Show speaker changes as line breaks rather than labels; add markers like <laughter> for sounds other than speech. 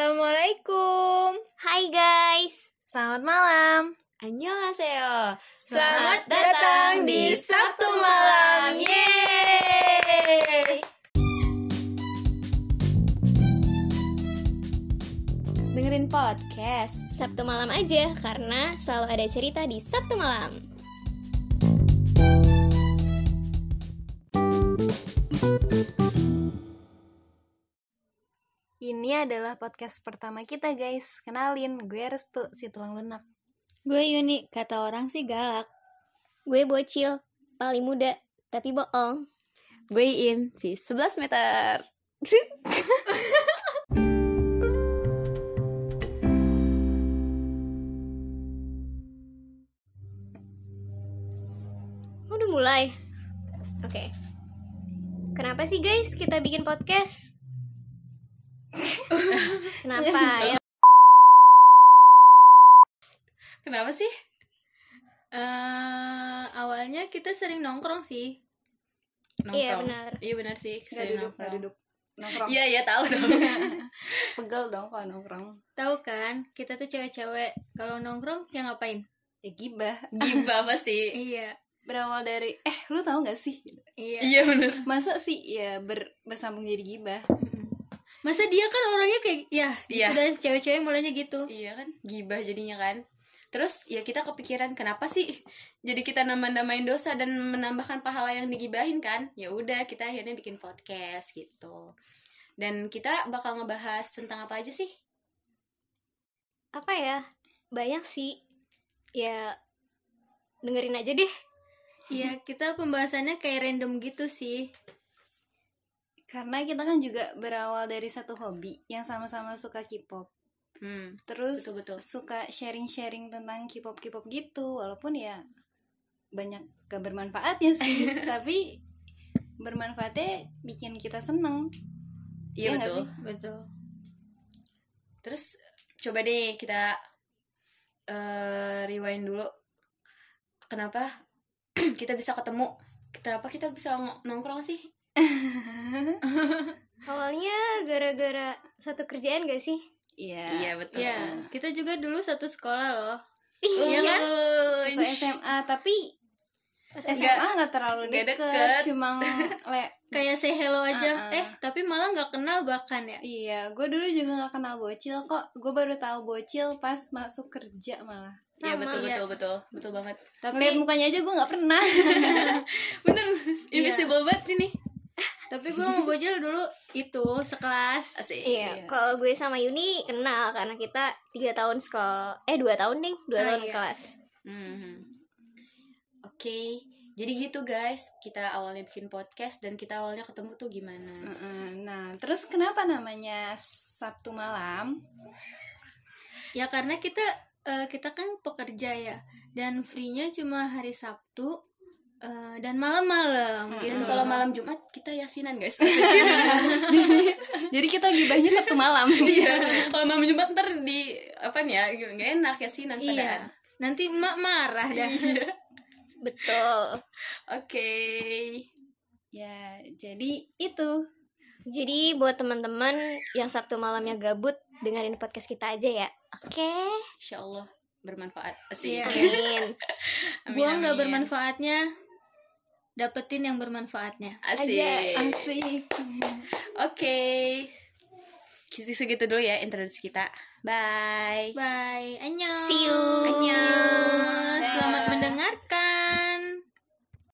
Assalamualaikum.
Hai guys, selamat malam.
Annyeonghaseyo.
Selamat datang di Sabtu Malam. Yeay. Dengerin podcast.
Sabtu malam aja karena selalu ada cerita di Sabtu malam.
Ini adalah podcast pertama kita guys. Kenalin, gue Restu, si tulang lunak.
Gue unik, kata orang sih galak.
Gue bocil, paling muda, tapi bohong.
Gue In, si 11 meter.
<laughs> Udah mulai. Oke. Kenapa sih guys kita bikin
<laughs>
podcast? Kenapa? ya?
Kenapa sih? Eh, awalnya kita sering nongkrong sih.
Iya benar.
Iya benar sih,
Nggak
sering
duduk, nggak
nongkrong.
duduk. Nongkrong.
Iya, iya tahu tahu.
Pegel dong kalau nongkrong.
tahu kan, kita tuh cewek-cewek kalau nongkrong ya ngapain?
Ya gibah.
Gibah pasti. iya.
<laughs> Berawal dari, eh lu tahu gak sih?
Iya.
Iya bener. Masa sih ya ber- bersambung jadi gibah?
Masa dia kan orangnya kayak ya,
Iya.
gitu dan cewek-cewek mulanya gitu.
Iya kan, gibah jadinya kan. Terus ya kita kepikiran kenapa sih jadi kita nambah-nambahin dosa dan menambahkan pahala yang digibahin kan? Ya udah kita akhirnya bikin podcast gitu. Dan kita bakal ngebahas tentang apa aja sih?
Apa ya? Banyak sih. Ya dengerin aja deh.
Iya, kita pembahasannya kayak random gitu sih.
Karena kita kan juga berawal dari satu hobi yang sama-sama suka K-pop.
Hmm,
Terus
betul betul.
suka sharing-sharing tentang K-pop K-pop gitu walaupun ya banyak gak bermanfaatnya sih tapi bermanfaatnya bikin kita seneng
Iya
Iya nggak
betul.
sih?
Betul.
Terus coba deh kita eh, rewind dulu.
<clears throat>
Kenapa kita bisa ketemu? Kenapa kita bisa ng- nongkrong sih?
Awalnya gara-gara satu kerjaan gak sih?
iya
betul.
Iya, kita juga dulu satu sekolah loh.
Iya
kan?
Satu SMA tapi
Pas
SMA
Nggak-
nggak terlalu
nggak
deket,
deket. <laughs>
cuma le-
Kayak say hello aja.
Ah, ah.
Eh, tapi malah nggak kenal bahkan ya.
iya gue dulu juga nggak kenal bocil kok gue baru tahu bocil pas masuk kerja malah
Iya
Sama,
betul
iya.
betul betul betul banget.
ngeliat
Tapi
mukanya aja gue nggak
<laughs>
pernah
<laughs>
Bener invisible banget ini.
Iya. tapi gue mau bocil dulu itu sekelas.
Asik.
Iya,
Iya.
kalau gue sama Yuni kenal karena kita tiga tahun sekolah, eh dua tahun deh, dua
Ah,
tahun
iya.
kelas.
Mhm. Oke, jadi gitu guys. Kita awalnya bikin podcast dan kita awalnya ketemu tuh gimana?
Mm-mm. nah terus kenapa namanya Sabtu malam
Ya karena kita eh, kita kan pekerja ya dan free-nya cuma hari Sabtu eh, dan malam-malam
Mm-mm.
gitu.
Dan kalau malam Jumat kita yasinan guys. <laughs>
jadi kita gibahnya Sabtu malam
<laughs> Iya. kalau malam Jumat ntar di apa nih ya? Gak enak yasinan padahal.
Iya. Nanti emak marah dah.
Iya.
Betul.
Oke.
Ya, jadi itu.
Jadi buat teman-teman yang Sabtu malamnya gabut, dengerin podcast kita aja ya. Oke.
Insya Allah bermanfaat. Asik.
Iya.
Amin.
Amin,
Buang nggak
amin.
bermanfaatnya, dapetin yang bermanfaatnya.
Asik.
Aja.
Asik.
Oke. Kisah segitu dulu ya introduksi kita. Bye.
Bye, annyeong.
See you.
Annyeong. Selamat
Dah.
mendengarkan.